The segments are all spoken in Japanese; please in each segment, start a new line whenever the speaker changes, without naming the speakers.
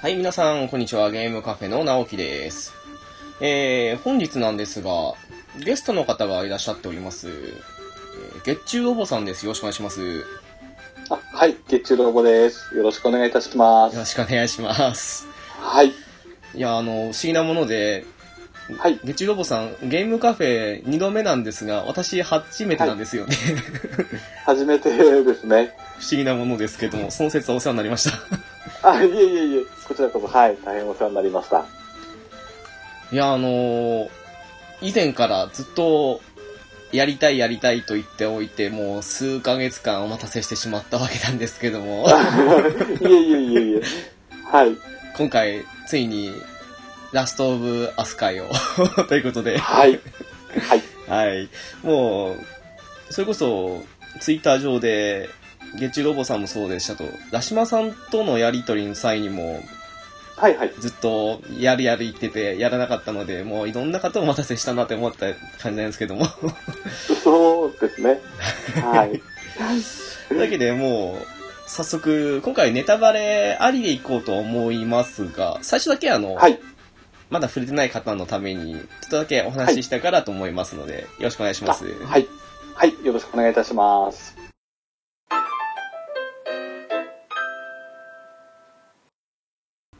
はい、皆さん、こんにちは。ゲームカフェの直樹です。えー、本日なんですが、ゲストの方がいらっしゃっております。えー月中おぼさんです。よろしくお願いします。よ
あはい、月中ロボです。よろしくお願いいたしま
ろ
す。
しくお願いします。
はい、
いや、あの、不思議なもので、
はい。
月中ロボさん、ゲームカフェ2度目なんですが、私初めてなんですよね。
初めてですね。
不思議なものですけども、その説はお世話になりました。
あ、いえいえいえ、こちらこそ、はい、大変お世話になりました。
いや、あのー以前からずっと、やりたいやりたいと言っておいて、もう数ヶ月間お待たせしてしまったわけなんですけども、
いえいえいえいえ。はい、
今回、ついに、ラストオブアスカイを、 ということで、
はい、はい、
はい。もう、それこそ、ツイッター上で、月中ロボさんもそうでしたと、ラシマさんとのやりとりの際にも、
はい、はい。
ずっとやるやる言ってて、やらなかったので、もういろんな方をお待たせしたなって思った感じなんですけども。
そうですね。はい、
というわけでもう、早速、今回ネタバレありでいこうと思いますが、最初だけあの、
はい、
まだ触れてない方のために、ちょっとだけお話ししたからと思いますので、よろしくお願いし
あ
ます。
はい、はい、よろしくお願いいたします。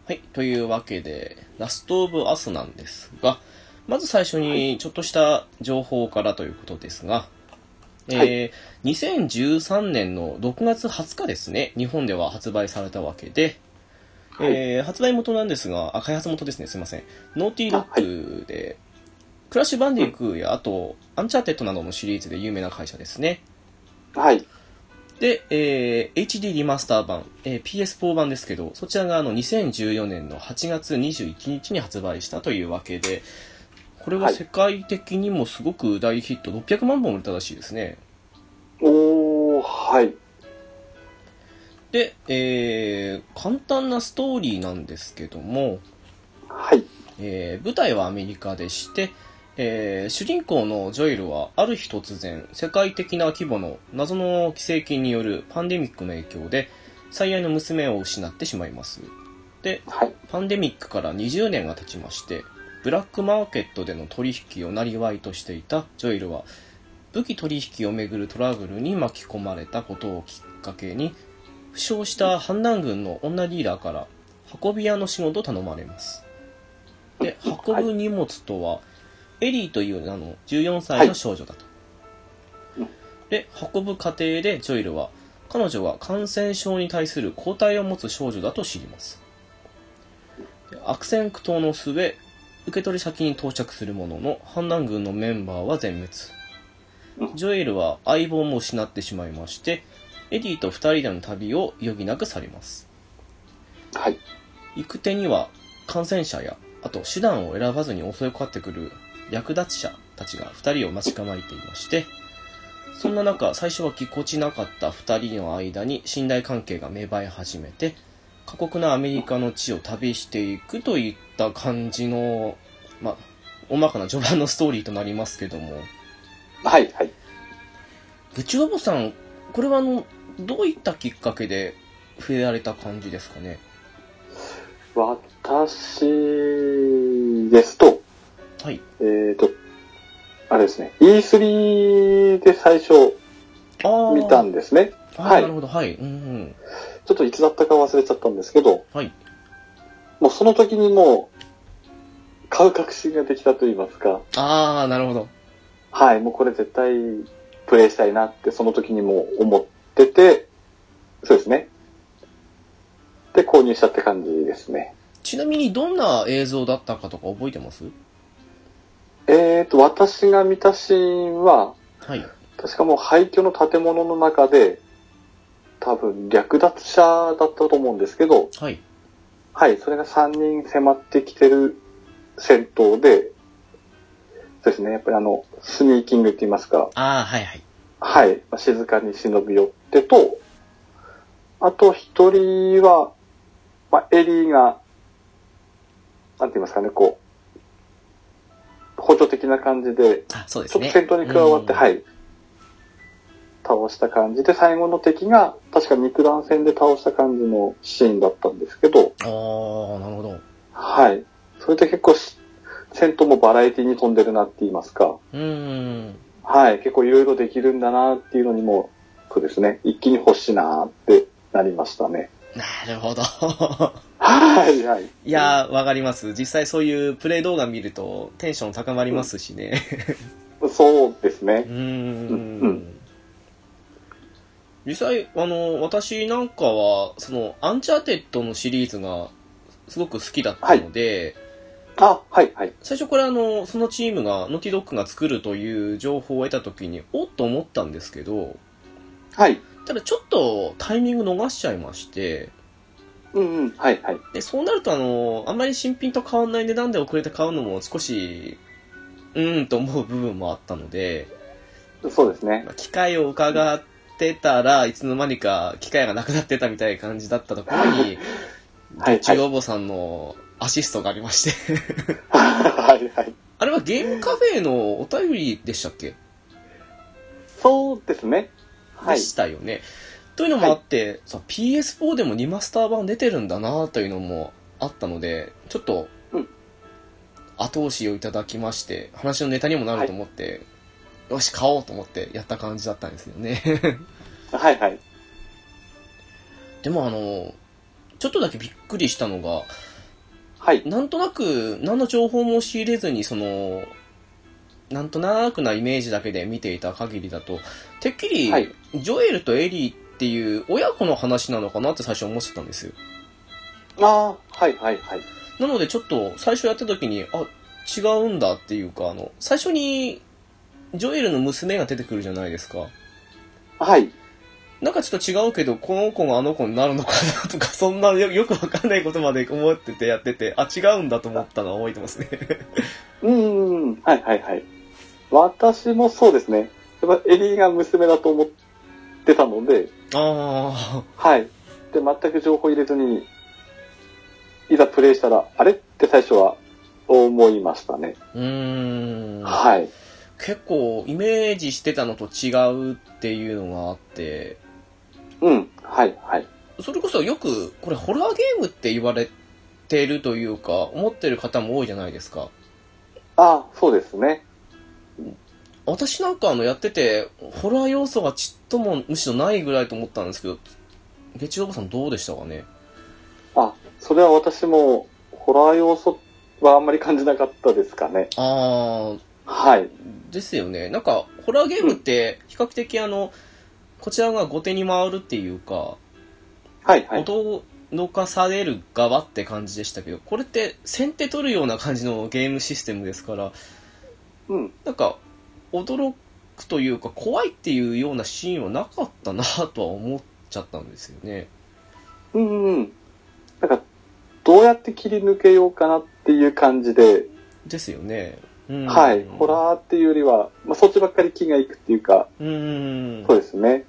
はい、というわけで、ラストオブアスなんですが、まず最初にちょっとした情報からということですが、えー2013年の6月20日ですね、日本では発売されたわけで、
はい
えー発売元なんですが、あ、開発元ですね、すいません。ノーティーロックで、クラッシュバンディクーや、あと、アンチャーテッドなどのシリーズで有名な会社ですね。
はい、
で、えー HD リマスター版、えー PS4 版ですけど、そちらがあの2014年の8月21日に発売したというわけで、これは
はい
世界的にもすごく大ヒット、600万本売れたらしいですね。
おー、はい、
で、えー簡単なストーリーなんですけども、
はい、
えー舞台はアメリカでして、えー主人公のジョエルはある日突然世界的な規模の謎の寄生菌によるパンデミックの影響で最愛の娘を失ってしまいますで
はい、
パンデミックから20年が経ちましてブラックマーケットでの取引をなりわいとしていたジョエルは武器取引をめぐるトラブルに巻き込まれたことをきっかけに負傷した反乱軍の女リーダーから運び屋の仕事を頼まれますで運ぶ荷物とはエリーという名の14歳の少女だと、
はい
で運ぶ過程でジョエルは彼女は感染症に対する抗体を持つ少女だと知ります悪戦苦闘の末受け取り先に到着するものの反乱軍のメンバーは全
う
滅ジョエルは相棒も失ってしまいましてエディと二人での旅を余儀なくされます
はい、
行く手には感染者やあと手段を選ばずに襲いかかってくる略奪者たちが二人を待ち構えていましてそんな中最初はぎこちなかった二人の間に信頼関係が芽生え始めて過酷なアメリカの地を旅していくといった感じのまあ大まかな序盤のストーリーとなりますけども
はい、はい。
グチロボさんこれはあのどういったきっかけで触れられた感じですかね
私ですと、
はい
えっ、と、あれですね、E3 で最初
ああ
見たんですね。
は、
はいい
なるほど、はい。うんうん。
ちょっといつだったか忘れちゃったんですけど、
はい。
もうその時にもう、買う確信ができたと言いますか、
ああ、なるほど。
はい、もうこれ絶対プレイしたいなってその時にもう思ってて、そうですね。で、購入したって感じですね。
ちなみにどんな映像だったかとか覚えてます
えっ、と、私が見たシーンは、
はい。
確かもう廃墟の建物の中で、多分略奪者だったと思うんですけど、
はい。
はい、それが3人迫ってきてる戦闘で、そうですね、やっぱりあの、スニーキングって言いますか、
ああ、はいはい。
はい、まあ静かに忍び寄ってと、あと一人は、まあ、エリーが、なんて言いますかね、こう、補助的な感じで、
あそうで
ち
す
ょっと
ね。。
戦闘に加わって、はいい。倒した感じで、最後の敵が、確か肉弾戦で倒した感じのシーンだったんですけど、
あー、なるほど。
はい。それで結構し、戦闘もバラエティに飛んでるなって言いますか、
うーん。
はい。結構いろいろできるんだなっていうのにも、そうですね。一気に欲しいなってなりましたね。
なるほど。
はい、はい。
いやー、わかります。実際そういうプレイ動画見るとテンション高まりますしね。
そうです
う
ね。
ー。
うんうん
実際、あの、私なんかは、その、アンチャーテッドのシリーズがすごく好きだったので、
あ、はい、はい。
最初これあの、そのチームが、ノティドックが作るという情報を得た時に、おっと思ったんですけど、
はい。
ただちょっとタイミング逃しちゃいまして、
うんうん、はい、はい。
で、そうなるとあの、あんまり新品と変わんない値段で遅れて買うのも少し、うーんと思う部分もあったので、
そうですね。
まあ機械を伺ってたらいつの間にか機械がなくなってたみたいな感じだったところに、
はい、は
中
い。
央坊さんのアシストがありまして
はい、はい。
あれはゲームカフェのお便りでしたっけ、
そうですね。は
で
い。
したよねというのもあって、そう PS4 でもリマスター版出てるんだなというのもあったのでちょっと
うん
後押しをいただきまして話のネタにもなると思って、よし買おうと思ってやった感じだったんですよね
はい、はい。
でもあの、ちょっとだけびっくりしたのが、
はい。
なんとなく何の情報も仕入れずに、その、なんとなくなイメージだけで見ていた限りだと、てっきり、
はい
ジョエルとエリーっていう親子の話なのかなって最初思ってたんですよ。
あーはい、はい、はい。
なのでちょっと最初やった時に、あ、違うんだっていうか、あの、最初に、ジョエルの娘が出てくるじゃないですか。
はい。
なんかちょっと違うけど、この子があの子になるのかなとか、 そんなよよくわかんないことまで思っててやってて、あ、違うんだと思ったのは覚えてますね。
うーん、はい、はい、はい。私もそうですね。やっぱエリーが娘だと思ってたので、
あ
はい。で、全く情報入れずに、いざプレイしたら、あれって最初は思いましたね。
あ。うーん。
はい。
結構、イメージしてたのと違うっていうのがあって、
うん、はい、はい。
それこそよく、これホラーゲームって言われてるというか、思ってる方も多いじゃないですか。
あーそうですね。
私なんかあのやってて、ホラー要素がちっともむしろないぐらいと思ったんですけど、ゲチロボさんどうでしたかね
あ、それは私も、ホラー要素はあんまり感じなかったですかね。
あー、
はい。
ですよね。なんか、ホラーゲームって、比較的あの、こちらが後手に回るっていうか、
はい、はい。
驚かされる側って感じでしたけど、これって先手取るような感じのゲームシステムですから、
うん。
なんか、驚くというか、怖いっていうようなシーンはなかったなとは思っちゃったんですよね。
うんうん。なんか、どうやって切り抜けようかなっていう感じで、
ですよね。うん
はい。ホラーっていうよりは、まあ、そっちばっかり気がいくっていうか、
うーん。
そうですね。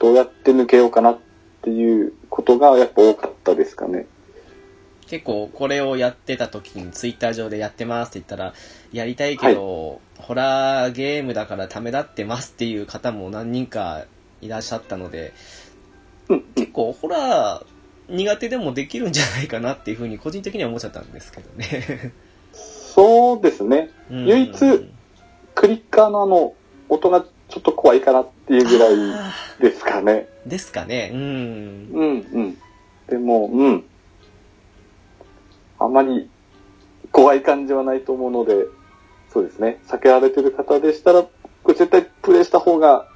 どうやって抜けようかなっていうことがやっぱ多かったですかね。
結構これをやってた時にツイッター上でやってますって言ったら、やりたいけど、ホラーゲームだからためだってますっていう方も何人かいらっしゃったので、
うんうん。
結構ホラー苦手でもできるんじゃないかなっていうふうに個人的には思っちゃったんですけど ね。
そうですね。
うん
唯一クリッカーのあの、音がちょっと怖いかなっていうぐらい
あ
ですかね。
ーですかね。うん。
うんうん。でも、うん。あまり怖い感じはないと思うので、そうですね。避けられてる方でしたら、これ絶対プレイした方が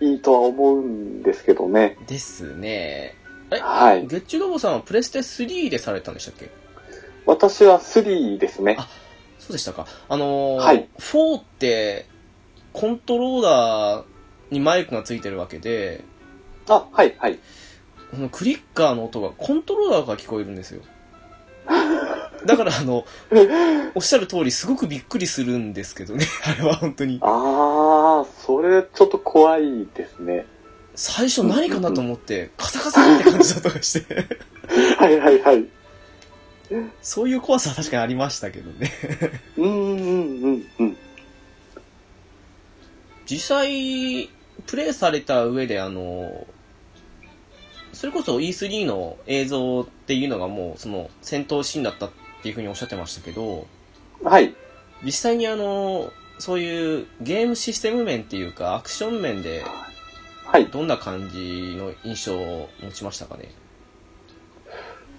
いいとは思うんですけどね。
ですね。
はい。
ゲッチュロボさんはプレステ3でされたんでしたっけ
私は3ですね
あ。そうでしたか。あのー
はい
4って、コントローラーにマイクがついてるわけで、
あ、はい、はい。
このクリッカーの音がコントローラーが聞こえるんです よ。だからあの、おっしゃる通りすごくびっくりするんですけどね、あれは本当に。
あー、それちょっと怖いですね。
最初何かなと思って、カサカサって感じだったりして、
はい、はい、はい。
そういう怖さは確かにありましたけどね。
うん、うん、うん、うん。
実際、プレイされた上で、あの、それこそ E3 の映像っていうのがもう、その、戦闘シーンだったっていうふうにおっしゃってましたけど、
はい。
実際にあの、そういうゲームシステム面っていうか、アクション面で、
はい。
どんな感じの印象を持ちましたかね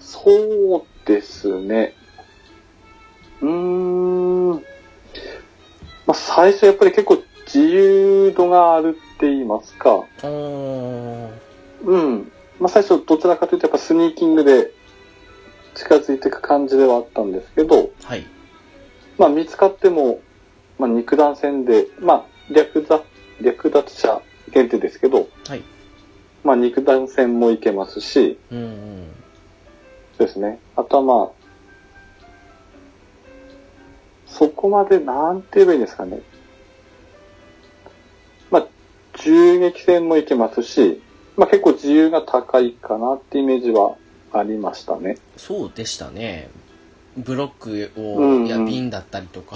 そうですね。うーん。まあ、最初やっぱり結構自由度があるって言いますか。
あー
うん。まあ、最初どちらかというとやっぱスニーキングで近づいていく感じではあったんですけど、
はい。
まあ、見つかっても、まあ、肉弾戦で、まあ、略奪、略奪者限定ですけど、
はい。
まあ、肉弾戦もいけますし、
うんうん。
そうですね。あとはまあ、そこまで、なんて言えばいいんですかね。まあ、銃撃戦もいけますし、まあ結構自由が高いかなってイメージはありましたね。
そうでしたね。ブロック
う
を、
んうん
いや、瓶だったりとか。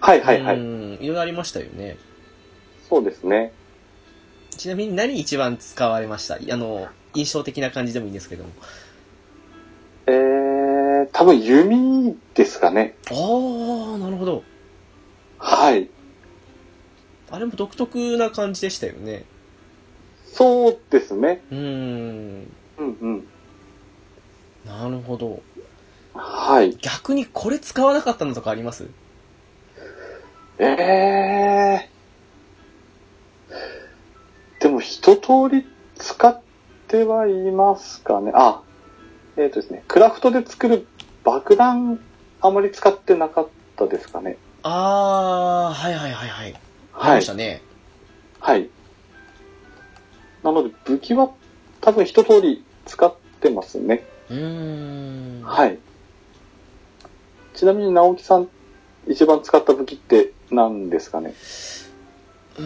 はいはいはい。
うんいろいろありましたよね。
そうですね。
ちなみに何一番使われましたあの、印象的な感じでもいいんですけども。
えー、多分弓ですかね。
ああ、なるほど。
はい。
あれも独特な感じでしたよね。
そうですね。
うーん。
うんうん。
なるほど。
はい。
逆にこれ使わなかったのとかあります
ええでも一通り使ってはいますかね。あ、えっ、とですね、クラフトで作る爆弾、あまり使ってなかったですかね。
ああ、はいはいはいはい。あり
は
ま
い
し。たね。
はい。なので武器は多分一通り使ってますね。
うーん。
はい。ちなみに直樹さん、一番使った武器って何ですかね
う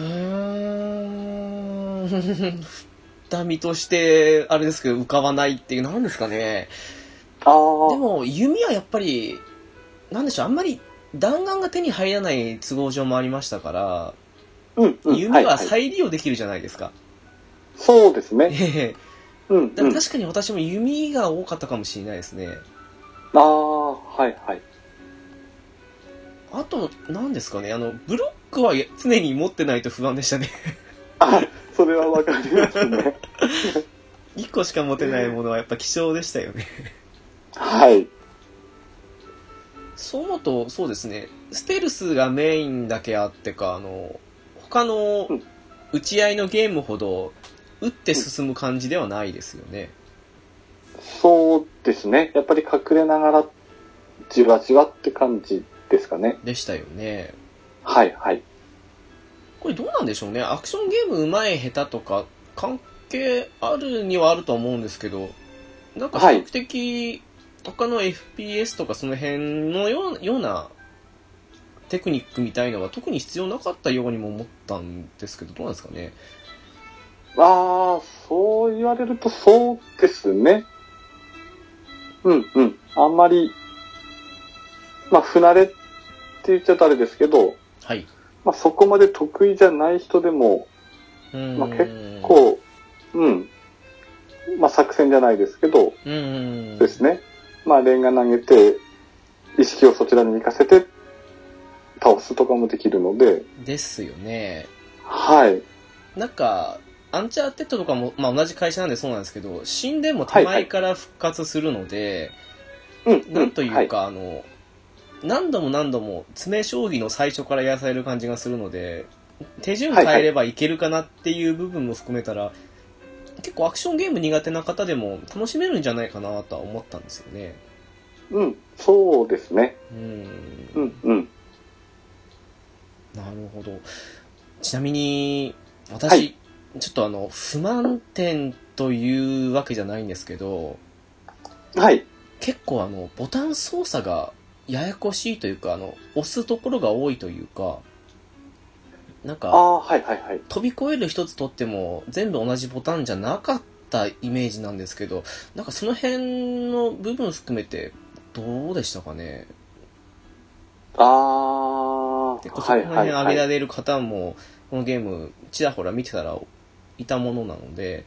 ーん。ダミとして、あれですけど、浮かばないっていう、なんですかね。
あ
で
あ、
も、弓はやっぱり、なんでしょう、あんまり弾丸が手に入らない都合上もありましたから、
うん、うん。
弓はい
い
再利用できるじゃないですか。
そうですね。
ええ
うん、
だ
う
か
ん
ら。確かに私も弓が多かったかもしれないですね。
ああ、はいはい。
あと、何ですかね、あの、ブロックは常に持ってないと不安でしたね。
あ、それはわかりますね。
1個しか持てないものはやっぱ希少でしたよね。
はい。
そう思うと、そうですね、ステルスがメインだけあってか、あの、他の
うん
打ち合いのゲームほど、打って進む感じではないですよね。
そうですね。やっぱり隠れながら、じわじわって感じですかね。
でしたよね。
はいはい。
これどうなんでしょうね。アクションゲーム上手い下手とか、関係あるにはあるとは思うんですけど、なんか比
はい
較的、他の FPS とかその辺のようようなテクニックみたいのは特に必要なかったようにも思ったんですけど、どうなんですかね。
ああ、そう言われるとそうですね。うんうん。あんまり、まあ、不慣れって言っちゃうとあれですけど、
はい。
まあ、そこまで得意じゃない人でも、
うーん
まあ結、こう、うん。まあ、作戦じゃないですけど、
うーん。
ですね。まあ、レンガ投げて、意識をそちらに行かせて、倒すとかもできるので、
ですよね。
はい。
なんか、アンチャーテッドとかも、まあ、同じ会社なんでそうなんですけど、死んでも手前から復活するので、
うん。
なんという
は
か、あの、何度も何度も詰め将棋の最初からやらされる感じがするので、手順変えればいけるかなっていう部分も含めたら、結構アクションゲーム苦手な方でも楽しめるんじゃないかなとは思ったんですよね。
い。うん。そうですね。
うん。
うん、うん。
なるほど。ちなみに、私、
はい
ちょっとあの、不満点というわけじゃないんですけど、
はい。
結構あの、ボタン操作がややこしいというか、あの、押すところが多いというか、なん
あ
か、
あ、はいはいはい。
飛び越える一つとっても、全部同じボタンじゃなかったイメージなんですけど、なんかその辺の部分含めて、どうでしたかね
ああ、
結構そこら辺上げ
は
ら
い。
れる方もこのゲーム、ちらほら見てたら、いたものなので、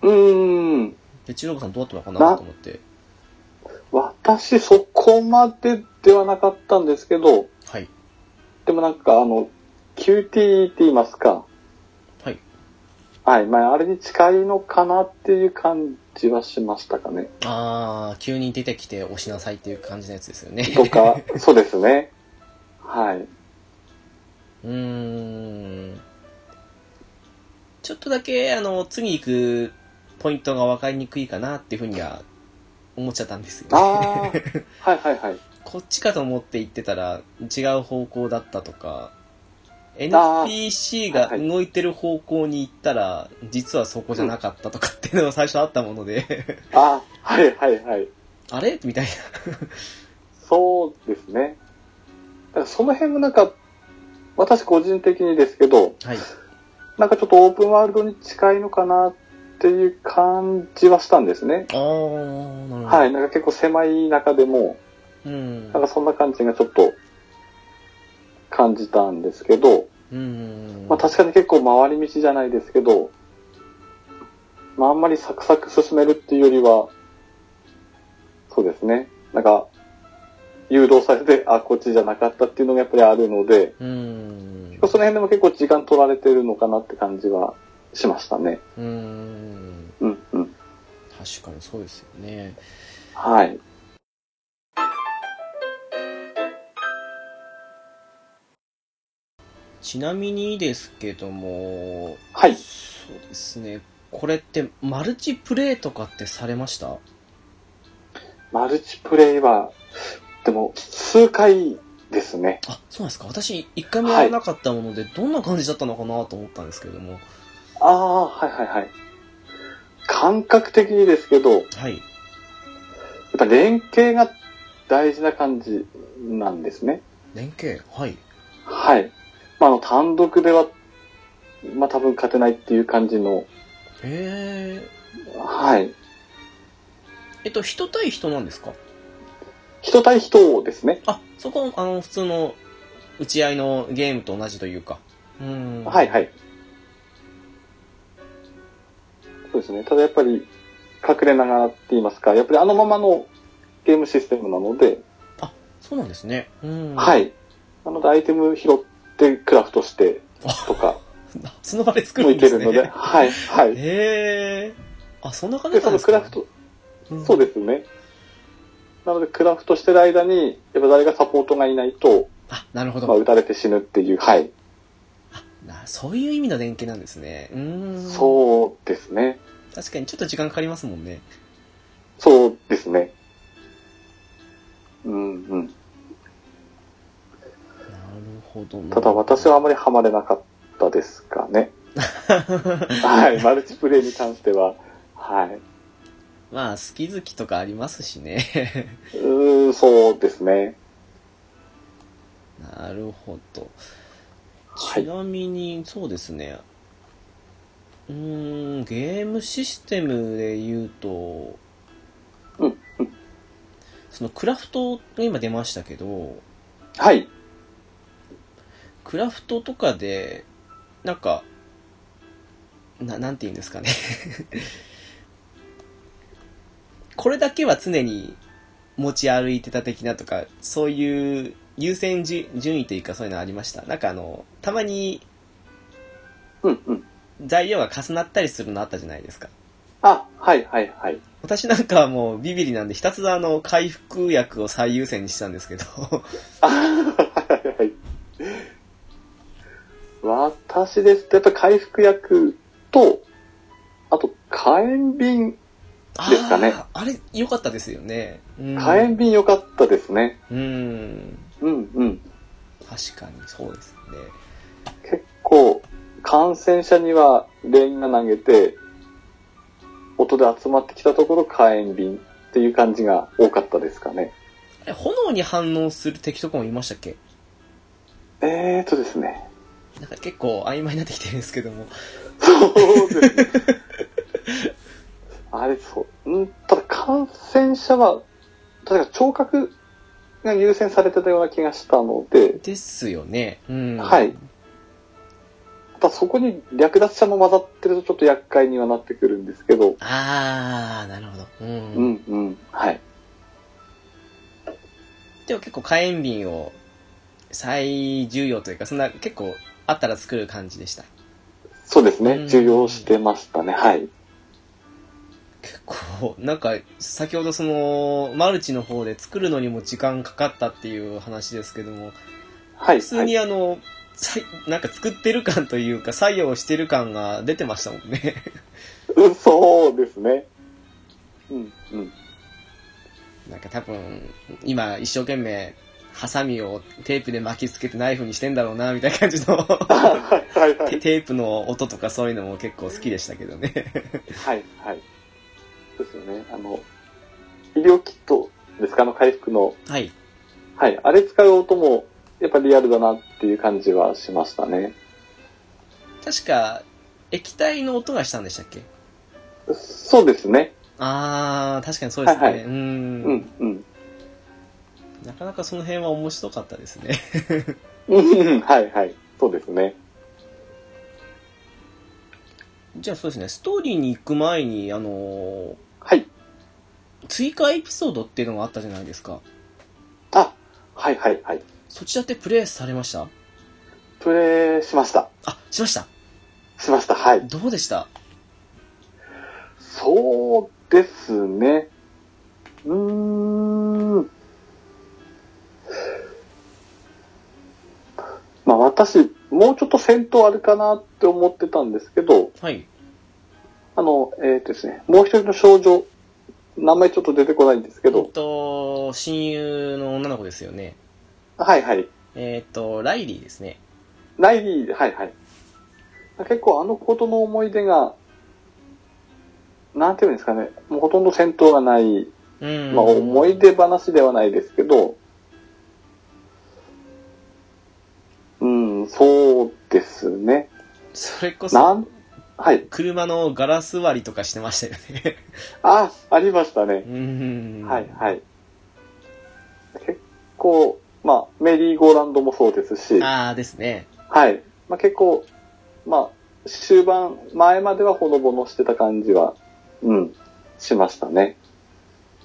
うーん。
で、中国さんどうだったのかなと思って。
私、そこまでではなかったんですけど、
はい。
でもなんか、あの、QT って言いますか。
はい。
はい。まあ、あれに近いのかなっていう感じはしましたかね。
あー、急に出てきて押しなさいっていう感じのやつですよね。
とか、そうですね。はい。
うーん。ちょっとだけ、あの、次行くポイントが分かりにくいかなっていうふうには思っちゃったんですよ
あ
ね。
あ。はいはいはい。
こっちかと思って行ってたら違う方向だったとか、
ー
NPC が
はい
動いてる方向に行ったら、実はそこじゃなかったとかっていうのが最初あったもので、
ああ。はいはいはい。
あれみたいな。
そうですね。だからその辺もなんか、私個人的にですけど、
はい。
なんかちょっとオープンワールドに近いのかなっていう感じはしたんですね。
あー、なるほど。
はい。なんか結構狭い中でも、
うん
なん。かそんな感じがちょっと感じたんですけど、
うん。
まあ確かに結構回り道じゃないですけど、まああんまりサクサク進めるっていうよりは、そうですね。なんか、誘導されて、 あ、こっちじゃなかったっていうのがやっぱりあるので、
うん
そ。の辺でも結構時間取られてるのかなって感じはしましたね。
うん。
うんうん。
確かにそうですよね。
はい。
ちなみにですけども、
はい。
そうですね。これってマルチプレイとかってされました
マルチプレイは、でも、数回ですね。
あ、そうなんですか。私、一回もやらなかったもので、どんな感じだったのかなと思ったんですけれども。
ああ、はいはいはい。感覚的にですけど、
はい。
やっぱ連携が大事な感じなんですね。
連携はい。
はい。まあ、あの、単独では、まあ、多分勝てないっていう感じの、
えー、
はい。
えっと、人対人なんですか
人対人ですね。
あ、そこ、あの、普通の打ち合いのゲームと同じというか。うん。
はいはい。そうですね。ただやっぱり、隠れながらって言いますか、やっぱりあのままのゲームシステムなので、
そうなんですね。うん。。
はいい。なのでアイテム拾ってクラフトしてとか
その場で作
も
る
い
んで
け
す
る
ね。
ので、はいはい。
へえー。あ、そんな感じ
で、
だったん
そ
で
の
す
ク
か
ラフト、
うん
そうですね。なのでクラフトしてる間に、やっぱ誰がサポートがいないと、
あ、なるほど。
まあ、撃たれて死ぬっていう、はい。
なそういう意味の連携なんですね。うーん。う。
そうですね。
確かにちょっと時間かかりますもんね。
そうですね。うんう
な
ん。
るほどな
ただ私はあまりハマれなかったです かね。はい。マルチプレイに関しては。はい。
まあ、好き好きとかありますしね。
うーん、そうですね。
なるほど。
は
ち
い。
なみに、そうですね。うーん、ゲームシステムで言うと、
うんうん
そのクラフトが今出ましたけど、
はい。
クラフトとかで、なんか、な、なんて言うんですかね。 これだけは常に持ち歩いてた的なとか、そういう優先じ順位というかそういうのありました。なんかあの、たまに
うんうん。
材料が重なったりするのあったじゃないですか。
あ、はいはいはい。
私なんかはもうビビリなんでひたすらあの回復薬を最優先にしてたん ですけど。
あはいはいはい。私ですと、やっぱ回復薬と、あと、火炎瓶。ですかね
あーあれ良かったですよね。うん。
火炎瓶良かったですね。
うん。
うんうん。
確かにそうですね。
結構、感染者にはレインが投げて、音で集まってきたところ火炎瓶っていう感じが多かったですかね。
あれ炎に反応する敵とかもいましたっけ
えーとですね。
なんか結構曖昧になってきてるんですけども。
そうですね。 あれ、そう。んただ感染者は、確か聴覚が優先されてたような気がしたので、
ですよね。うん。
はい。ただそこに略奪者も混ざってるとちょっと厄介にはなってくるんですけど、
あー、なるほど。うん。
うんうん、はい。
でも結構火炎瓶を最重要というか、そんな結構あったら作る感じでした。
そうです
うん
ね、重要してましたね、はい。
結構、なんか、先ほどその、マルチの方で作るのにも時間かかったっていう話ですけども、
はい。
普通にあの、さいなんか作ってる感というか、作業してる感が出てましたもんね。
うんそうですね。うんうん。
なんか多分、今一生懸命、ハサミをテープで巻きつけてナイフにしてんだろうな、みたいな感じ の、
はいはいは
テ
い。
テープの音とかそういうのも結構好きでしたけどね。
はいはい。そうですよね、あの、医療キットですか、あの回復の。
はい。
はい、あれ使う音も、やっぱリアルだなっていう感じはしましたね。
確か、液体の音がしたんでしたっけ
そうですね。
あー、確かにそうですね。
はいはいう
ー。
うんんうん。
なかなかその辺は面白かったですね。
うん、はいはい。そうですね。
じゃあそうですね、ストーリーに行く前に、あのー
はい。
追加エピソードっていうのがあったじゃないですか。
あ、はいはいはい。
そちらってプレイされました
プレイしました。
あ、しました。
しました。はい。
どうでした
そうですね。うーん。まあ私、もうちょっと戦闘あるかなって思ってたんですけど、
はい。
あの、えー、とですね、もう一人の少女、名前ちょっと出てこないんですけ
えっ
ど、
と、親友の女の子ですよね。
はいはい。
えっと、ライリーですね。
ライリー、はいはい。結構あの子との思い出が、なんていうんですかね、もうほとんど戦闘がない、
うん。
まあ思い出話ではないですけど、うん、そうですね。
それこ
な
そ、
ん、はい。
車のガラス割りとかしてましたよね。
あ、ありましたね
う。ん。
はいはい。結構、まあ、メリーゴーランドもそうですし、
あーですね。
はい。まあ、結構、まあ、終盤、前まではほのぼのしてた感じは、うん、しましたね。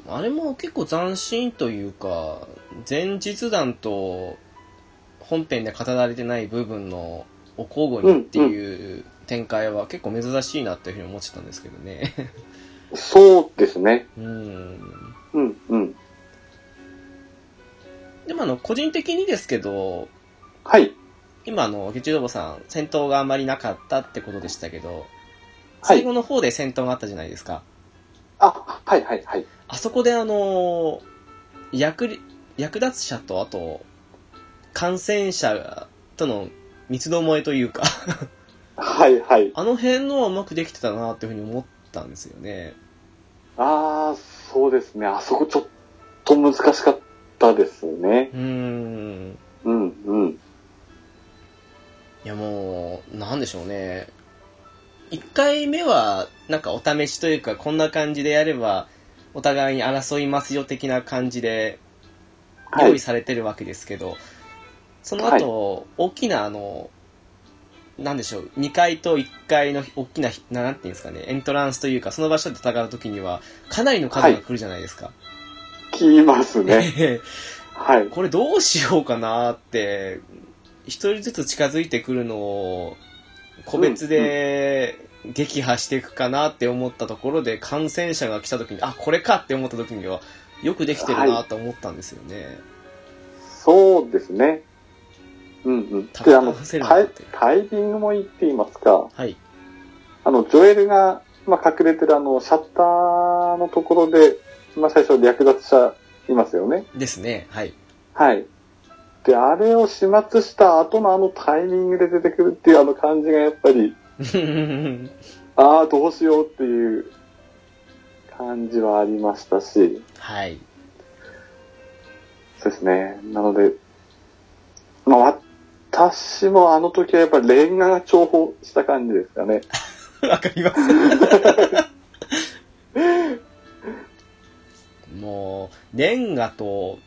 あれも結構斬新というか、前日談と本編で語られてない部分のを交互にっていう展開は結構珍しいなっていうふうに思ってたんですけどね。
そうですね。
うん。
うん、うん。
でもあの、個人的にですけど、
はい。
今あの、ゲチュロボさん、戦闘があまりなかったってことでしたけど、
は
最
い。
後の方で戦闘があったじゃないですか。
あ、はい、はい、はい。
あそこであの、役り、役立者とあと、感染者との三つどもえというか、
はい、はい。
あの辺のはうまくできてたなっていうふうに思ったんですよね。
あー、そうですね。あそこちょっと難しかったですね。
うーん。
うん、うん。
いやもう、なんでしょうね。一回目は、なんかお試しというか、こんな感じでやれば、お互いに争いますよ的な感じで
は
用意
い。
されてるわけですけど、その後、大きなあの、なんでしょう、2階と1階の大きな、ななんていうんですかね、エントランスというか、その場所で戦うときには、かなりの数が来るじゃないですか。
聞きま すね。はい。
これどうしようかなって、一人ずつ近づいてくるのを、個別で撃破していくかなって思ったところで、感染者が来た時に、あ、これかって思った時には、よくできてるなと思ったんですよね。
そうですね。うん、うん。
た
で、あの、
かぶせる
タ
なん
イ
て
タイミングもいいって言いますか。
はい。
あの、ジョエルが、まあ、隠れてるあの、シャッターのところで、まあ、最初略奪者いますよね。
ですね。はい。
はい。で、あれを始末した後のあのタイミングで出てくるっていうあの感じがやっぱり、ああ、どうしようっていう感じはありましたし、
はい。
そうですね。なので、まあ、私もあの時はやっぱりレンガが重宝した感じですかね。
わかります。もう、レンガと、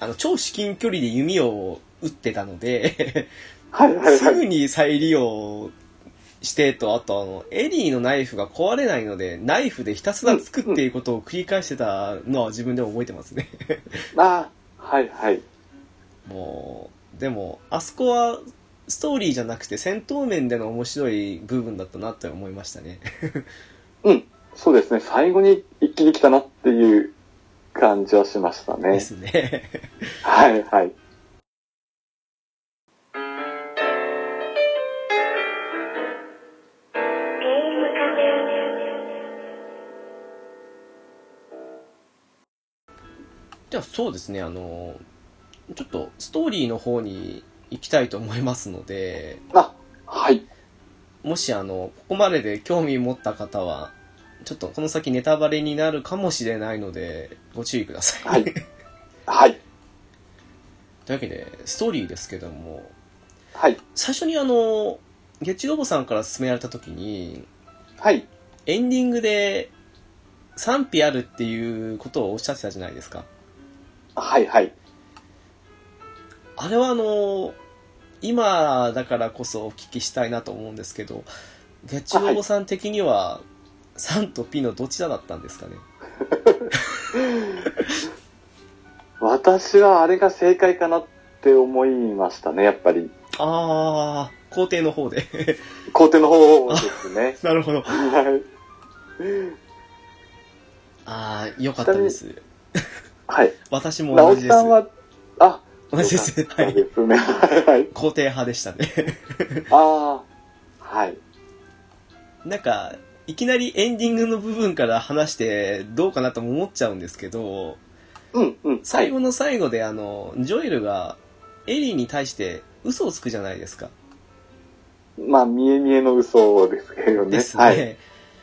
あの、超至近距離で弓を撃ってたので、
はいはい
す
は
ぐ
い。
に再利用してと、あとあの、エリーのナイフが壊れないので、ナイフでひたすらつくっていうことを繰り返してたのは自分でも覚えてますね。
ああ、はいはい。
もう、でも、あそこは、ストーリーじゃなくて戦闘面での面白い部分だったなって思いましたね。
うん。そうですね。最後に一気に来たなっていう感じはしましたね。
ですね。
はいはい。
じゃあそうですね、あの、ちょっとストーリーの方に行きたいと思いますので、
あ、はい。
もしあの、ここまでで興味持った方は、ちょっとこの先ネタバレになるかもしれないので、ご注意ください。
はい。はい。
というわけで、ストーリーですけども、
はい。
最初にあの、ゲッチロボさんから勧められた時に、
はい。
エンディングで賛否あるっていうことをおっしゃってたじゃないですか。
はいはい。
あれはあの、今だからこそお聞きしたいなと思うんですけど、ゲッチロボさん的には、3と P のどちらだったんですかね
私はあれが正解かなって思いましたね、やっぱり。
あー、皇帝の方で。
皇帝の方ですね。
なるほど。
はい。
あー、よかったです。
はい。
私も同
直
じ
樹
です
さ。んは、あ、
同じです。
そ
は
う
い。
ですね。はいはい。
皇帝派でしたね。
ああ、はい。
なんか、いきなりエンディングの部分から話してどうかなとも思っちゃうんですけど、
うん、うん。
最後の最後であの、ジョエルがエリーに対して嘘をつくじゃないですか。
はい。まあ、見え見えの嘘ですけどね。
ですね。
はい。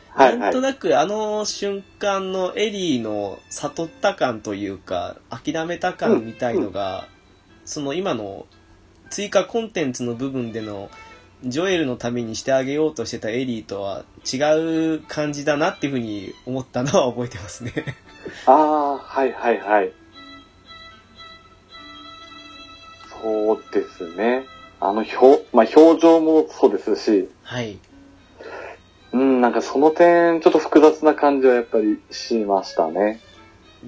はい、
な
は
んと
い。
なくあの瞬間のエリーの悟った感というか、諦めた感みたいのが、その今の追加コンテンツの部分でのジョエルのためにしてあげようとしてたエリーとは違う感じだなっていうふうに思ったのは覚えてますね。
ああ、はい、はい、はい。そうですね。あの表、まあ、表情もそうですし、
はい。
うん、なんかその点、ちょっと複雑な感じはやっぱりしましたね。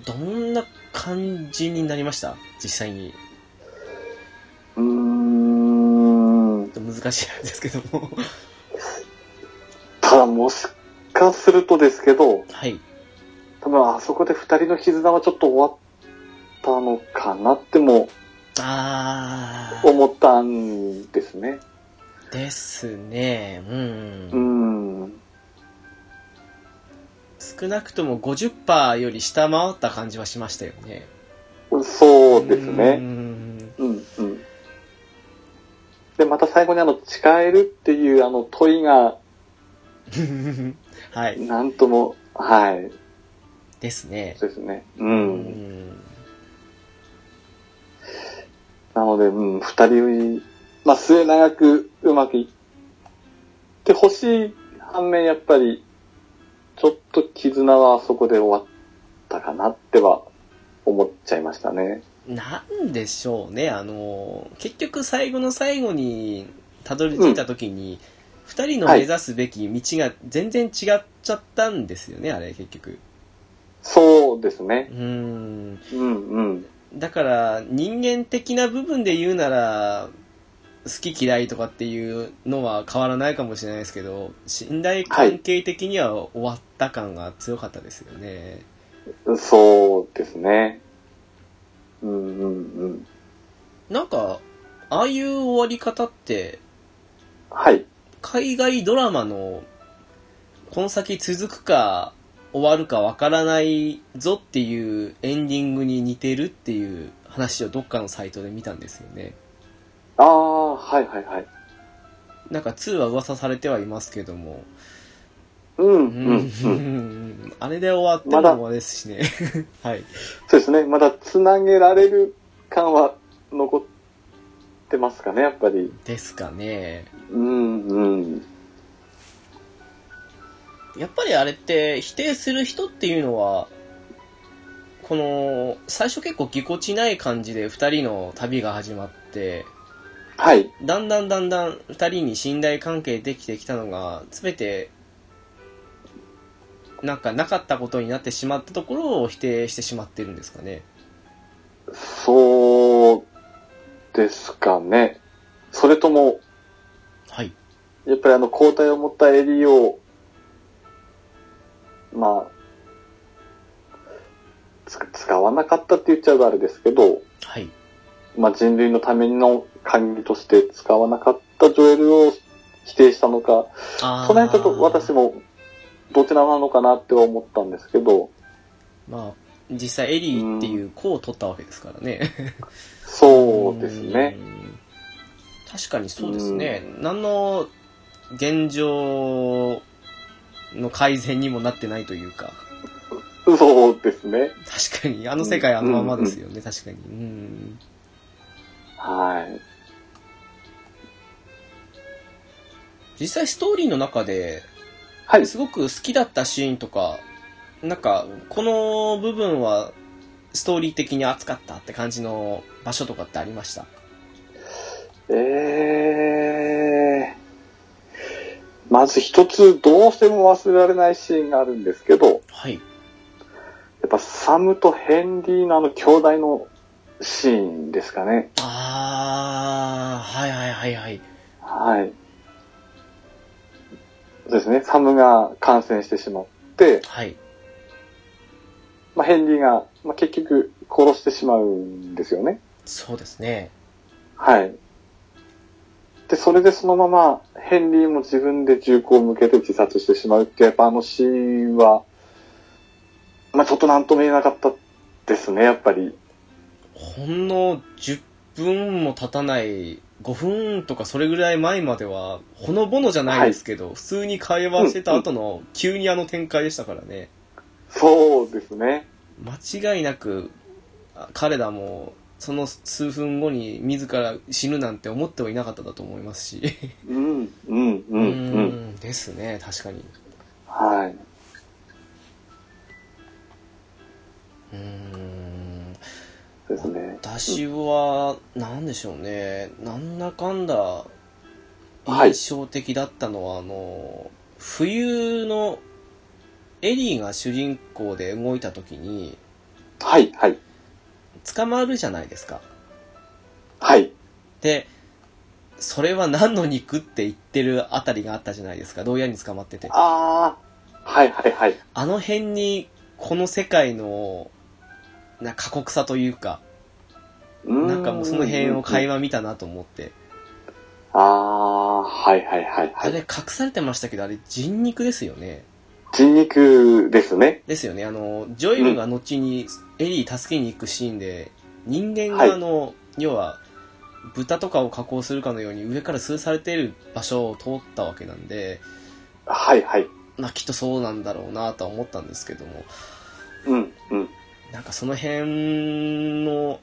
どんな感じになりました実際に。
うーん。
ちょっと難しいんですけども。
ただ、もしかするとですけど、
はい。
多分あそこで二人の絆はちょっと終わったのかなっても
あー。
思ったんですね。
ですね。うん。
うん。
少なくとも50%より下回った感じはしましたよね。
そうです
うー
ね。
ん
うん、うん。で、また最後にあの、誓えるっていうあの問いが、
はい。
なんとも、はい、
ですね。
そうですね。う。
うんん。
なので、うん、二人に、まあ、末永くうまくいってほしい反面、やっぱり、ちょっと絆はあそこで終わったかなっては思っちゃいましたね。
なんでしょうね。あの、結局最後の最後にたどり着いた時に、二、人の目指すべき道が全然違っちゃったんですよね、あれ、結局。
そうです
う
ね。
ーん。
うんうん。
だから、人間的な部分で言うなら、好き嫌いとかっていうのは変わらないかもしれないですけど、信頼関係的には終わった感が強かったですよね。
そうですね。うんうんうん。
なんか、ああいう終わり方って、
はい。
海外ドラマの、この先続くか、終わるかわからないぞっていうエンディングに似てるっていう話をどっかのサイトで見たんですよね。
ああ、はいはいはい。
なんか2は噂されてはいますけども、
うん
う
うんうん。
んあれで終わってるのもですし ね。はい。
そうですね。まだ繋げられる感は残ってますかね、やっぱり。
ですかね。
うんうん。
やっぱりあれって否定する人っていうのは、この、最初結構ぎこちない感じで二人の旅が始まって、
はい。
だんだんだんだん二人に信頼関係できてきたのが、すべて、なんかなかったことになってしまったところを否定してしまってるんですかね。
そうですかね。それとも、
はい。
やっぱりあの、交代を持ったエリを、まあ、つ使わなかったって言っちゃうとあれですけど、
はい。
まあ、人類のための鍵として使わなかったジョエルを否定したのか、
あー
その辺ちょっと私もどちらなのかなっては思ったんですけど、
まあ、実際エリーっていう子を取ったわけですからね。
そうですね。
うん。確かにそうですね。何の現状の改善にもなってないというか。
そうですね。
確かに、あの世界あのままですよね、確かに。うん。
はい。
実際ストーリーの中で、
はい。
すごく好きだったシーンとか、なんか、この部分は、ストーリー的に熱かったって感じの場所とかってありました
えー、まず一つどうしても忘れられないシーンがあるんですけど、や
はい。
っぱサムとヘンリーのあの兄弟のシーンですかね。
あー、はいはいはいはい。
はい。そうですね。サムが感染してしまって、
はい。
まあ、ヘンリーが、まあ、結局殺してしまうんですよね。
そうですね。
はい。で、それでそのままヘンリーも自分で銃口を向けて自殺してしまうって、やっぱあのシーンは、まあ、ちょっとなんとも言えなかったですね、やっぱり。
ほんの10分も経たない、5分とかそれぐらい前までは、ほのぼのじゃないですけど、普通に会話してた後の、急にあの展開でしたからね。
そうですね。
間違いなくあ彼らもその数分後に自ら死ぬなんて思ってはいなかっただと思いますし
うん、うん、う、
うん
うん。
んですね確かに
はい。
うーん
そうですね。
私は何でしょうねなんだかんだ
はい
印象的だったのは、あの冬のエリーが主人公で動いた時に
はい、はい、
捕まるじゃないですか
はい。
で、それは何の肉って言ってるあたりがあったじゃないですか、牢屋に捕まってて。あ
ああ、はいはいはい。
の辺に、この世界の、な過酷さというか、なんかもうその辺を会
話。
話見たなと思って。
ああ、はいはいはいは
あれ
い。
隠されてましたけど、あれ人肉ですよね。
人肉ですね。
ですよね。あの、ジョイルが後にエリー助けに行くシーンで、人間があの、要は、豚とかを加工するかのように上から吊るされている場所を通ったわけなんで、
はいはい。
まあきっとそうなんだろうなとは思ったんですけども、
うん、うん。
なんかその辺の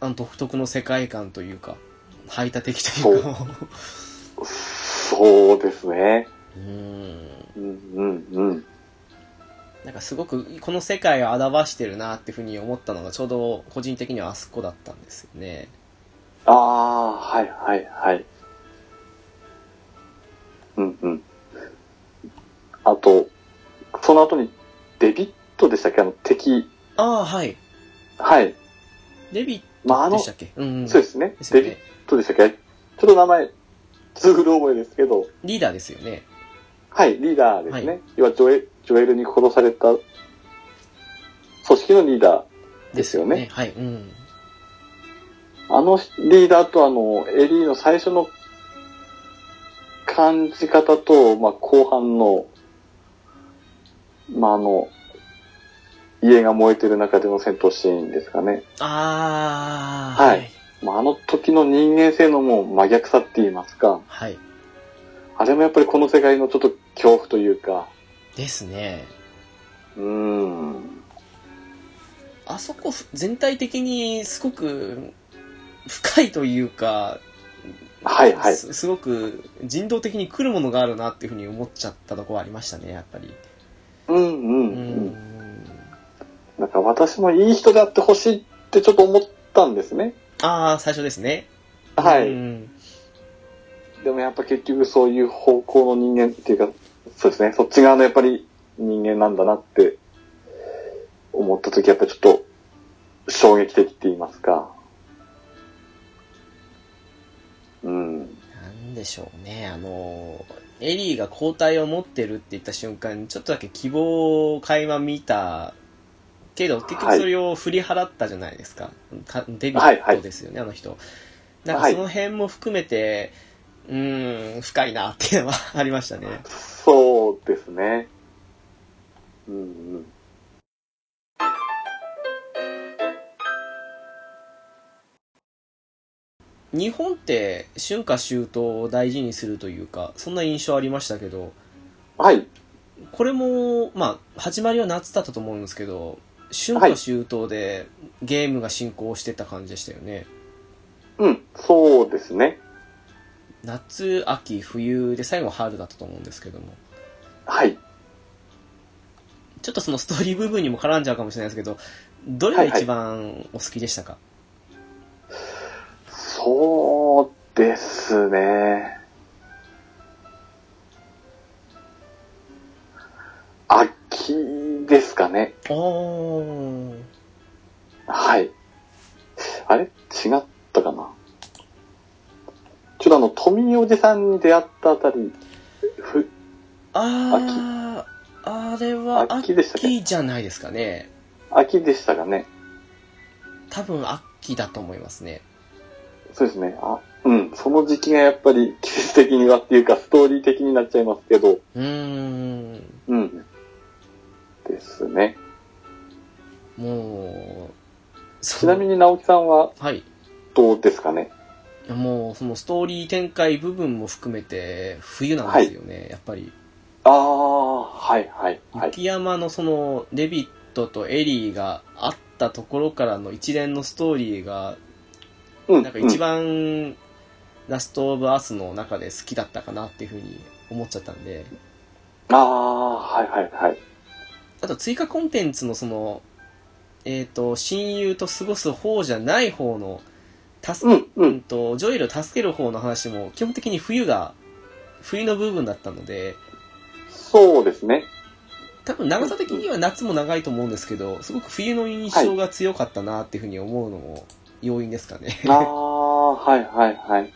あの独特の世界観というか、排他的というか、
そうですね。
うん。
うん、うん、うん。
なんかすごくこの世界を表してるなっていうふうに思ったのがちょうど個人的にはあそこだったんですよね。
ああ、はいはいはい。うん、うん。あと、その後に、デビットでしたっけあの敵。
ああ、はい。
はい。
デビ
まあ、
ッ
あ
トで
の、
し
そ
たっけ、うん、うん。
うですね。
ですよ
デビッ
ね。
トでしたっけちょっと名前、ツール覚えですけど、
リーダーですよね。
はい、リーダーですね。
はい
要はジョエ、ジョエルに殺された組織のリーダですよね
はい。うん。
ー。あのリーダーとあの、エリーの最初の感じ方と、まあ、後半の、まあ、あの、家が燃えてる中での戦闘シーンですかね。
ああ、
はい。まあ、あの時の人間性のもう真逆さって言いますか。
はい。
あれもやっぱりこの世界のちょっと恐怖というか、
ですね。
うーん。
あそこふ全体的にすごく深いというか、
はいはい。
すすごく人道的に来るものがあるなっていうふうに思っちゃったところはありましたねやっぱり
うんうん
う
うん。
ん
なんか私もいい人であってほしいってちょっと思ったんですね。
ああ最初ですね
は
う
い。
ん
でもやっぱ結局そういう方向の人間っていうか、そうですね、そっち側のやっぱり人間なんだなって思った時やっぱちょっと衝撃的って言いますか。うん。
なんでしょうね、あの、エリーが交代を持ってるって言った瞬間に、ちょっとだけ希望を垣間見たけど、結局それを振り払ったじゃないですか。かデビットですよね、あの人。なんか
はい
その辺も含めて、うーん、深いなっていうのはありましたね。
そうですね。うんうん。
日本って春夏秋冬を大事にするというか、そんな印象ありましたけど、
はい。
これも、まあ、始まりは夏だったと思うんですけど、春
はい
夏秋冬でゲームが進行してた感じでしたよね。
うん、そうですね。
夏、秋、冬で最後春だったと思うんですけども。
はい。
ちょっとそのストーリー部分にも絡んじゃうかもしれないですけど、どれが一番お好きでしたか、
そうですね。秋ですかね。
おー。
はい。あれ違ったかなちょっとあの、富井おじさんに出会ったあたり、ふ、
あー、あれは
秋でしたっけ
秋じゃないですかね。
秋でしたかね。
多分秋だと思いますね。
そうですね。あ、うん。その時期がやっぱり季節的にはっていうか、ストーリー的になっちゃいますけど、
うーん。
うん。ですね。
もう、
ちなみに直樹さんは
に。はい。
どうですかね
いやもう、そのストーリー展開部分も含めて、冬なんですよね、やっぱり。
ああ、はいはいはい。
雪山のその、デビットとエリーがあったところからの一連のストーリーが、
うん
なんか一番、ラストオブアースの中で好きだったかなっていうふうに思っちゃったんで、
うんああ、はいはいはい。
あと追加コンテンツのその、えっ、と、親友と過ごす方じゃない方の、たす、
うんう
うん
ん。
と、ジョエルを助ける方の話も、基本的に冬が、冬の部分だったので、
そうですね。
多分長さ的には夏も長いと思うんですけど、すごく冬の印象が強かったなっていうふうに思うのも要因ですかね。
ああ、はいはいはい。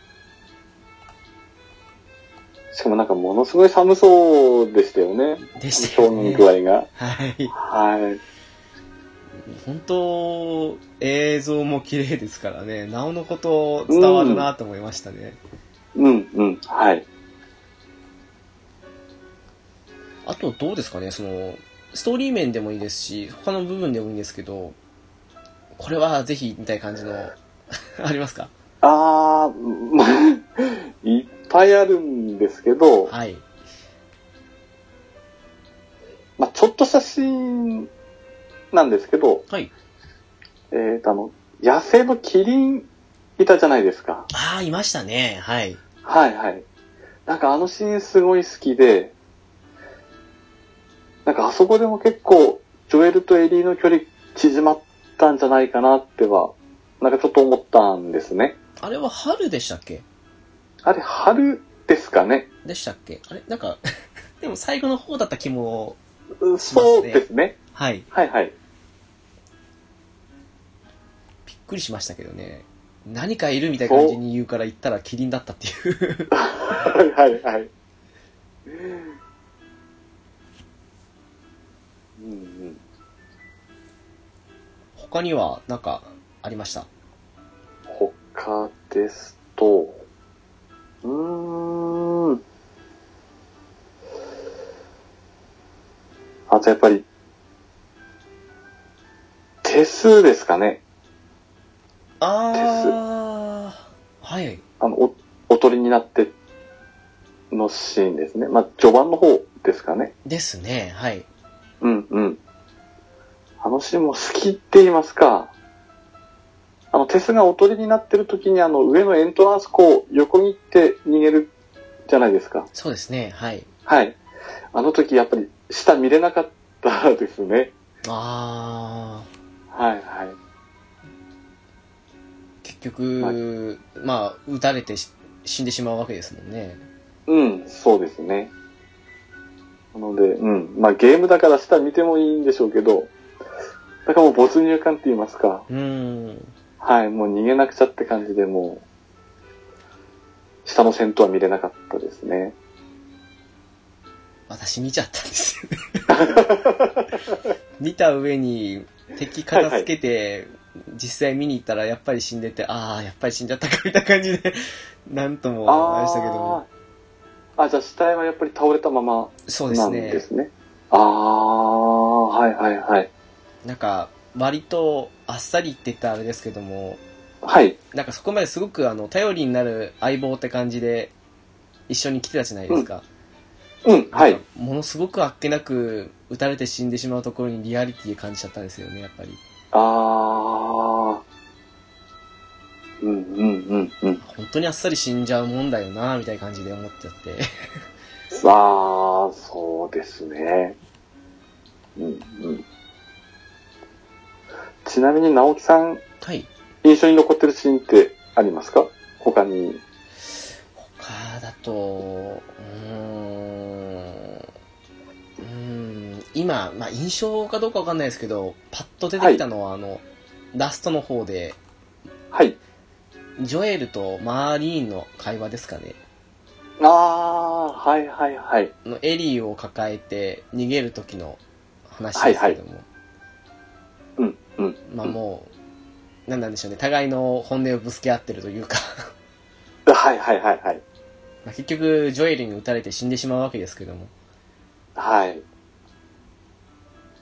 しかもなんかものすごい寒そうでしたよね。
でしたよ
表現
ね。
具合が。
はい。
はい。
本当、映像も綺麗ですからね、なおのこと伝わるなと思いましたね。
うんうん、はい。
あとどうですかね、その、ストーリー面でもいいですし、他の部分でもいいんですけど、これはぜひみたいな感じの、 ありますか
ああ、 まいっぱいあるんですけど、
はい。
まあちょっとしたシーンなんですけど、
はい。
えーと、あの、野生のキリンいたじゃないですか。
ああ、いましたね。はい。
はいはい。なんかあのシーンすごい好きで、なんかあそこでも結構、ジョエルとエリーの距離縮まったんじゃないかなっては、なんかちょっと思ったんですね。
あれは春でしたっけ
あれ、春ですかね。
でしたっけあれなんか、 でも最後の方だった気も、
うん
しますね
そうですね。
はい。
はいはい。
びっくりしましたけどね。何かいるみたいな感じに言うから言ったらキリンだったっていう。
はいはいはい。うんうん。
他には、なんか、ありました。
他ですと、うーん。あとやっぱり、手数ですかね。
あー。はい。
あの、お、おとりになってのシーンですね。まあ、序盤の方ですかね。
ですね。はい。
うんうん。あのシーンも好きって言いますか。あの、テスがおとりになってる時にあの、上のエントランスこう、横切って逃げるじゃないですか。
そうですね。はい。
はい。あの時やっぱり下見れなかったですね。
あー。
はいはい。
結局、まあ、撃たれてし死んでしまうわけですもんね。
うん、そうですね。なので、うん、まあゲームだから下見てもいいんでしょうけど、だからもう没入感って言いますか、
うーん。
はい、もう逃げなくちゃって感じでもう、下の戦闘は見れなかったですね。
私見ちゃったんです よね。見た上に敵片付けて、実際見に行ったらやっぱり死んでて、ああ、やっぱり死んじゃったかみたいな感じで、 なんともあれでしたけど、
あーあ、じゃあ下絵はやっぱり倒れたまま
そうで
な
す
ん
ね。
ですね。ああ、はいはいはい。
なんか、割とあっさりって言ったらあれですけども、
はい。
なんかそこまですごくあの、頼りになる相棒って感じで、一緒に来てたじゃないですか。
うん、は
ないんか。ものすごくあっけなく撃たれて死んでしまうところにリアリティ感じちゃったんですよね、やっぱり。
ああ。うんうんうんうん。
本当にあっさり死んじゃうもんだよな、みたいな感じで思っちゃって。
ああ、そうですね。うんうん。ちなみに直樹さん、
はい。
印象に残ってるシーンってありますか他に。
他だと、うーん、うーん、今、まあ印象かどうかわかんないですけど、パッと出てきたのは、あの、ラストの方で、
はい。
ジョエルとマーリーンの会話ですかね。
ああ、はいはいはい。
あのエリーを抱えて逃げる時の話ですけども、
うんうん。
まあもう、なんなんでしょうね、互いの本音をぶつけ合ってるというか、
はいはいはいはい。
まあ結局、ジョエルに撃たれて死んでしまうわけですけども、
はい。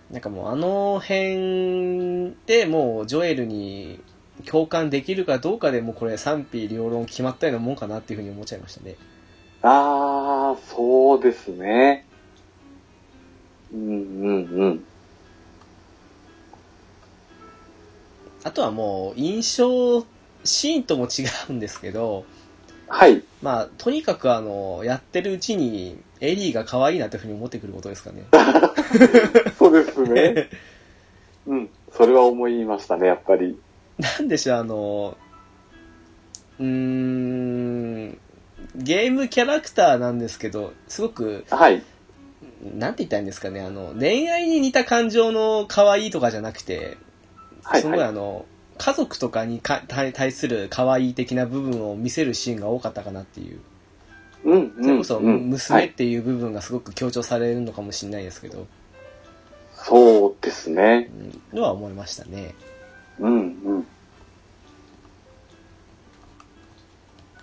なんかもうあの辺でもうジョエルに共感できるかどうかでもうこれ賛否両論決まったようなもんかなっていうふうに思っちゃいましたね。
ああ、そうですね。うんうんうん。
あとはもう印象、シーンとも違うんですけど、
はい。
まあとにかくあの、やってるうちにエリーが可愛いなというふうに思ってくることですかね。
そうで すね。うん。それは思いましたね、やっぱり。
なんでしょう、あの、うーん、ゲームキャラクターなんですけど、すごく
はい。
なんて言ったらいいんですかね、あの、恋愛に似た感情の可愛いとかじゃなくて、
はい、
すごい
はい。
あの、家族とかにか対対する可愛い的な部分を見せるシーンが多かったかなっていう。
うん、
それこそ、
うんうんは
娘っ
い。
ていう部分がすごく強調されるのかもしれないですけど、
そうですね。
うん、のは思いましたね。
うん、うん。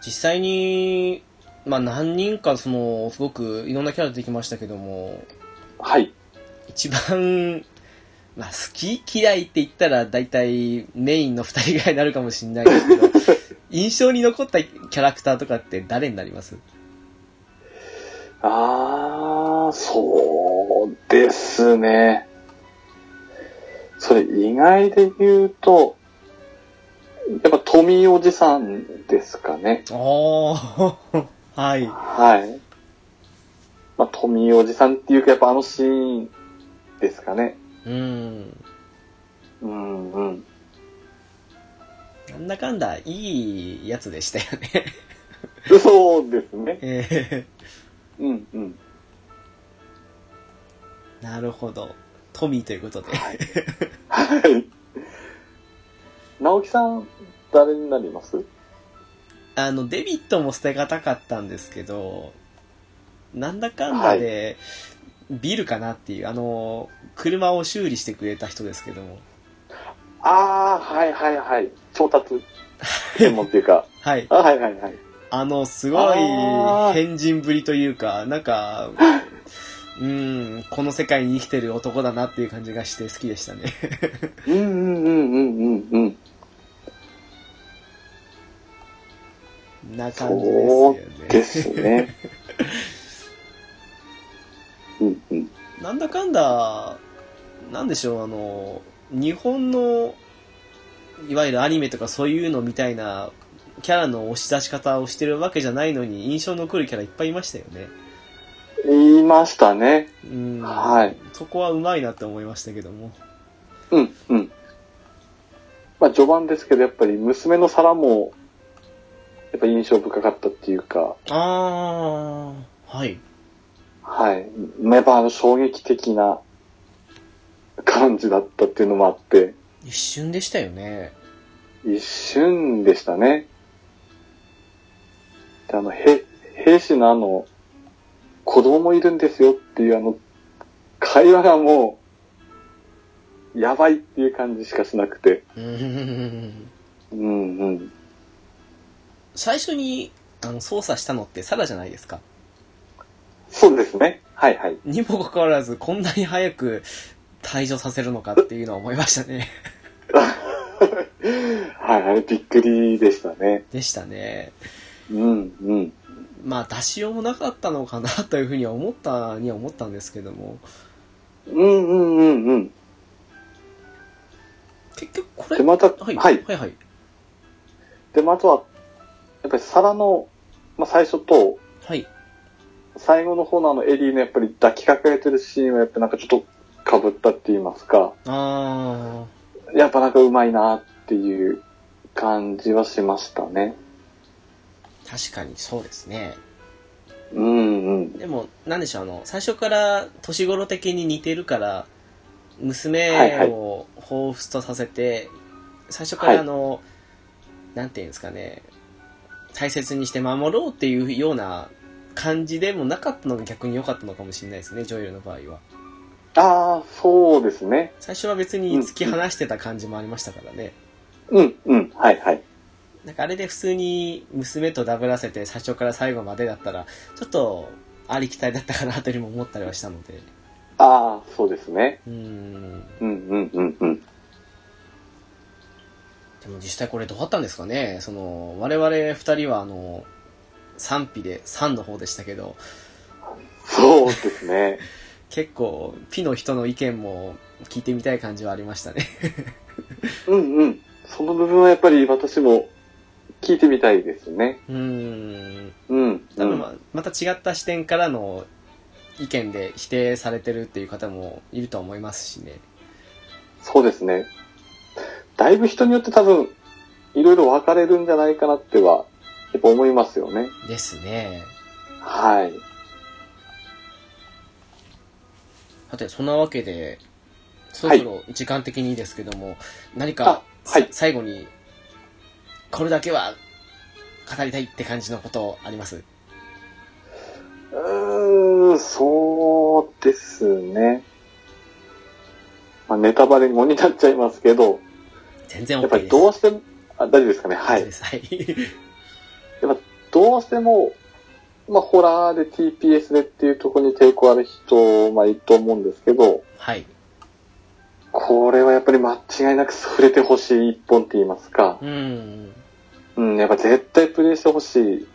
実際に、まあ何人かその、すごくいろんなキャラ出てきましたけども、
はい。
一番、まあ、好き嫌いって言ったら大体メインの二人ぐらいになるかもしれないですけ ど、印象に残ったキャラクターとかって誰になります
あー、そうですね。それ以外で言うと、やっぱトミーおじさんですかね。
おー、はい。
はい。まあ、トミーおじさんっていうか、やっぱあのシーンですかね。
うん。
うんうん。
なんだかんだいいやつでしたよね。
そうですね。
え
うんうん。
ー なるほど。トミーということで。
はい。直樹さん、誰になります
あの、デビットも捨てがたかったんですけど、なんだかんだで、ビルかなっていう、あの、車を修理してくれた人ですけども。
ああ、はいはいはい。調達専門っていうか。
はい。
あはいはいはい。
あの、すごい
あー
変人ぶりというか、なんか、うん、この世界に生きてる男だなっていう感じがして好きでしたね。
うんうんうんうんうんうん。
な感じ
そ
ですよ
うで
ね。
すね。うんうん。
なんだかんだ、なんでしょう、あの、日本の、いわゆるアニメとかそういうのみたいな、キャラの押し出し方をしてるわけじゃないのに、印象に残るキャラいっぱいいましたよね。
言いましたね。
うん。
はい。
そこはうまいなって思いましたけども。
うんうん。まあ序盤ですけど、やっぱり娘の皿も、やっぱ印象深かったっていうか、
あー、はい。
はい。やっぱあの衝撃的な感じだったっていうのもあって、
一瞬でしたよね。
一瞬でしたね。で、あの、へ、兵士のあの、子供いるんですよっていうあの、会話がもう、やばいっていう感じしかしなくて。
うーん。
うんうん。
最初に、あの、操作したのってサラじゃないですか。
そうですね。はいはい。
にもかかわらず、こんなに早く退場させるのかっていうのは思いましたね。
はい、あれびっくりでしたね。
でしたね。
うんうん。
まあ、出しようもなかったのかなというふうには思ったには思ったんですけども、
うんうんうんうん。
結局これ、
で、また、
はい、
はい。
はい、はい。
で、まずは、やっぱり皿の、まあ、最初と、
はい。
最後の方のあのエリーのやっぱり抱きかかえてるシーンはやっぱなんかちょっと被ったって言いますか、
あ
やっぱなんかうまいなっていう感じはしましたね。
ー、確かにそうですね。
うんうん。
でも、なんでしょう、あの、最初から年頃的に似てるから、
はいは
娘
い
を彷彿とさせて、最初か
はい
らあの、なんていうんですかね、大切にして守ろうっていうような感じでもなかったのが逆に良かったのかもしれないですね、ジョエルの場合は。
ああ、そうですね。
最初は別に突き放してた感じもありましたからね。
うんうん。はいはい。
なんかあれで普通に娘とダブらせて最初から最後までだったら、ちょっとありきたりだったかなというふうにも思ったりはしたので。
ああ、そうですね。
うーん。
うんうんうんうん。
でも実際これどうだったんですかねその、我々二人はあの、賛否で3の方でしたけど、
そうですね。
結構、ピの人の意見も聞いてみたい感じはありましたね。
うんうん。その部分はやっぱり私も聞いてみたいですね。
うーん。
うん、う
多分
ん。
ままた違った視点からの意見で否定されてるっていう方もいると思いますしね。
そうですね。だいぶ人によって多分、いろいろ分かれるんじゃないかなっては、やっぱ思いますよね。
ですね。
はい。
さて、そんなわけで、そろそろ時間的にですけども、何か、
あはい
さ最後に、これだけは語りたいって感じのことあります
うーん、そうですね。まあ、ネタバレもになっちゃいますけど、
全然
や
OK
っぱ
で
り
す。
どうしても、あ大丈夫ですかね。は
大丈夫
い
で。すはい。
どうしても、まあ、ホラーで TPS でっていうところに抵抗ある人、まあ、いると思うんですけど、
はい。
これはやっぱり間違いなく触れてほしい一本って言いますか
う、ーん。
うん、やっぱ絶対プレイしてほしい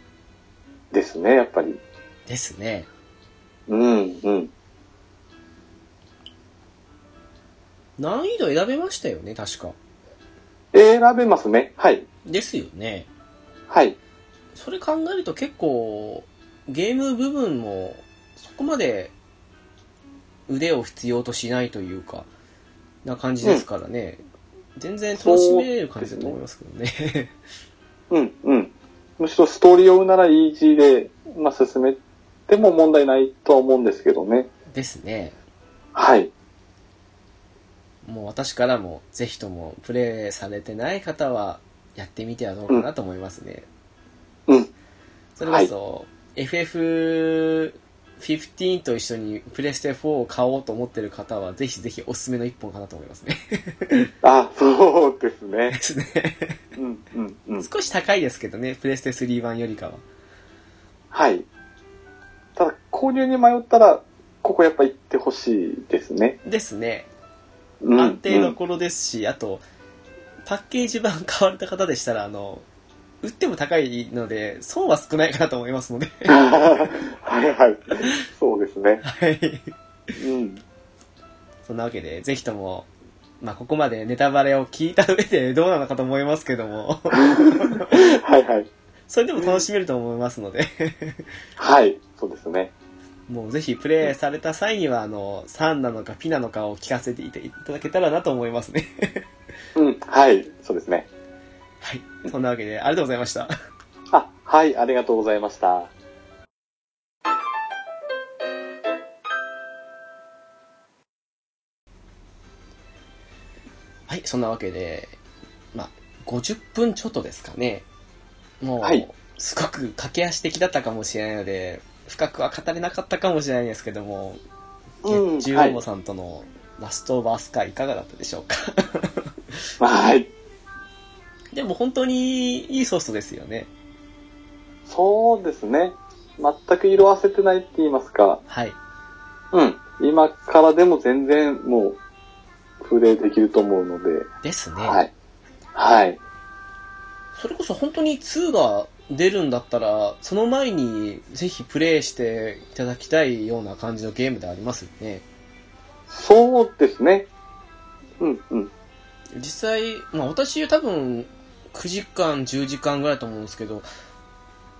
ですね、やっぱり。
ですね。
うん、うん。
難易度選べましたよね、確か。
選べますね。はい。
ですよね。
はい。
それ考えると結構、ゲーム部分も、そこまで、腕を必要としないというか、な感じですからね。全然楽しめる感じだと思いますけどね。
うん、うん。むしろストーリーを追うならイージーで、まあ、進めても問題ないとは思うんですけどね。
ですね。
はい。
もう私からも、ぜひとも、プレイされてない方は、やってみてはどうかなと思いますね。
うん。
それこそ、FF15 と一緒にプレステ4を買おうと思ってる方は、ぜひぜひおすすめの一本かなと思います ね。
あ、そうですね
で。すね。
うん、うん、うん。
少し高いですけどね、プレステ3版よりかは。
はい。ただ、購入に迷ったら、ここやっぱ行ってほしいですね。
ですね。
うん、
安定
う
の
ん
頃ですし、あと、パッケージ版買われた方でしたら、あの、売っても高いので、損は少ないかなと思いますので。
はいはい。そうですね。
はい。
うん。
そんなわけで、ぜひとも、まあ、ここまでネタバレを聞いた上でどうなのかと思いますけども、
はいはい。
それでも楽しめると思いますので、
はい。そうですね。
もうぜひプレイされた際には、あの、3なのかピなのかを聞かせていただけたらなと思いますね。
うん。はい。そうですね。
はい。そんなわけで、ありがとうございました。
あ、はい、ありがとうございました。
はい、そんなわけで、まあ、50分ちょっとですかね。もう、
はい
すごく駆け足的だったかもしれないので、深くは語れなかったかもしれないですけども、
うん、
十
は
五
い。
さんとのラストバース会いかがだったでしょうか。
はい。
でも本当にいいソースですよね。
そうですね。全く色あせてないって言いますか。
はい。
うん。今からでも全然もう、プレイできると思うので。
ですね。
はい。はい。
それこそ本当に2が出るんだったら、その前にぜひプレイしていただきたいような感じのゲームでありますよね。
そうですね。うん、うん。
実際、まあ私多分9時間、10時間ぐらいだと思うんですけど、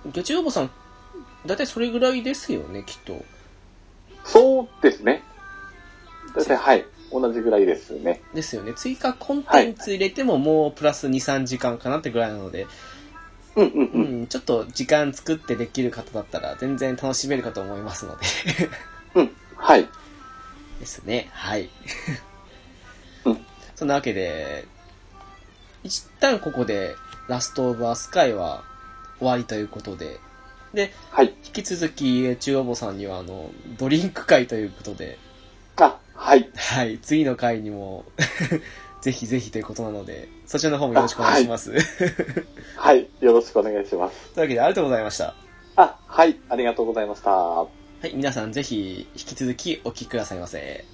ギャチロボさん、だいたいそれぐらいですよね、きっと。
そうですね。だいたい、はい。同じぐらいですね。
ですよね。追加コンテンツ入れてももうプラス2、3時間かなってぐらいなので、
うん、うん、う。
うんん、ちょっと時間作ってできる方だったら全然楽しめるかと思いますので。
うん。はい。
ですね。はい。
うん
そんなわけで、一旦ここでラストオブアスカイは終わりということで、
はい。
引き続き中央坊さんにはあの、ドリンク会ということで、
あ、はい。
はい、次の回にも、 ぜひぜひということなので、そちらの方もよろしくお願いします。
はい。よろしくお願いします。
というわけでありがとうございました。
あ、はい。ありがとうございました。
はい、皆さんぜひ引き続きお聞きくださいませ。